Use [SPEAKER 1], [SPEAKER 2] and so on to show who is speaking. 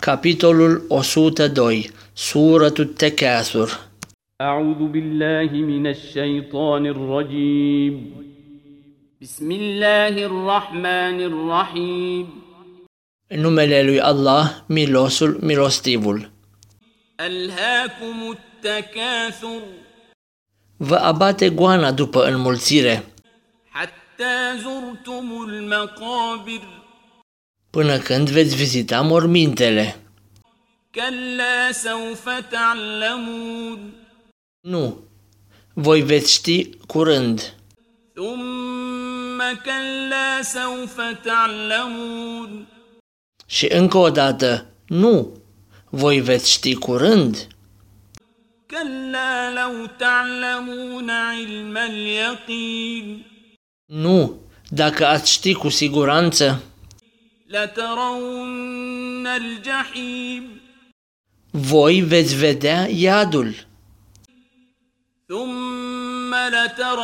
[SPEAKER 1] Capitolul 102 Suratul Tekathur
[SPEAKER 2] أعوذ بالله من الشيطان الرجيم بسم الله الرحمن الرحيم
[SPEAKER 1] În numele lui Allah, milosul, milostivul.
[SPEAKER 2] ألهاكم التكاثر
[SPEAKER 1] Vă abate goana după înmulțire,
[SPEAKER 2] حتى زرتم المقابر
[SPEAKER 1] până când veți vizita mormintele.
[SPEAKER 2] كلا سوف تعلمون
[SPEAKER 1] Nu, voi veți ști curând,
[SPEAKER 2] ثم كلا سوف تعلمون
[SPEAKER 1] Și încă o dată, nu, voi veți ști curând.
[SPEAKER 2] كلا لو تعلمون علم اليقين
[SPEAKER 1] Nu, dacă ați ști cu siguranță,
[SPEAKER 2] لترون الجحيم
[SPEAKER 1] voi veți vedea iadul.
[SPEAKER 2] ثم لترون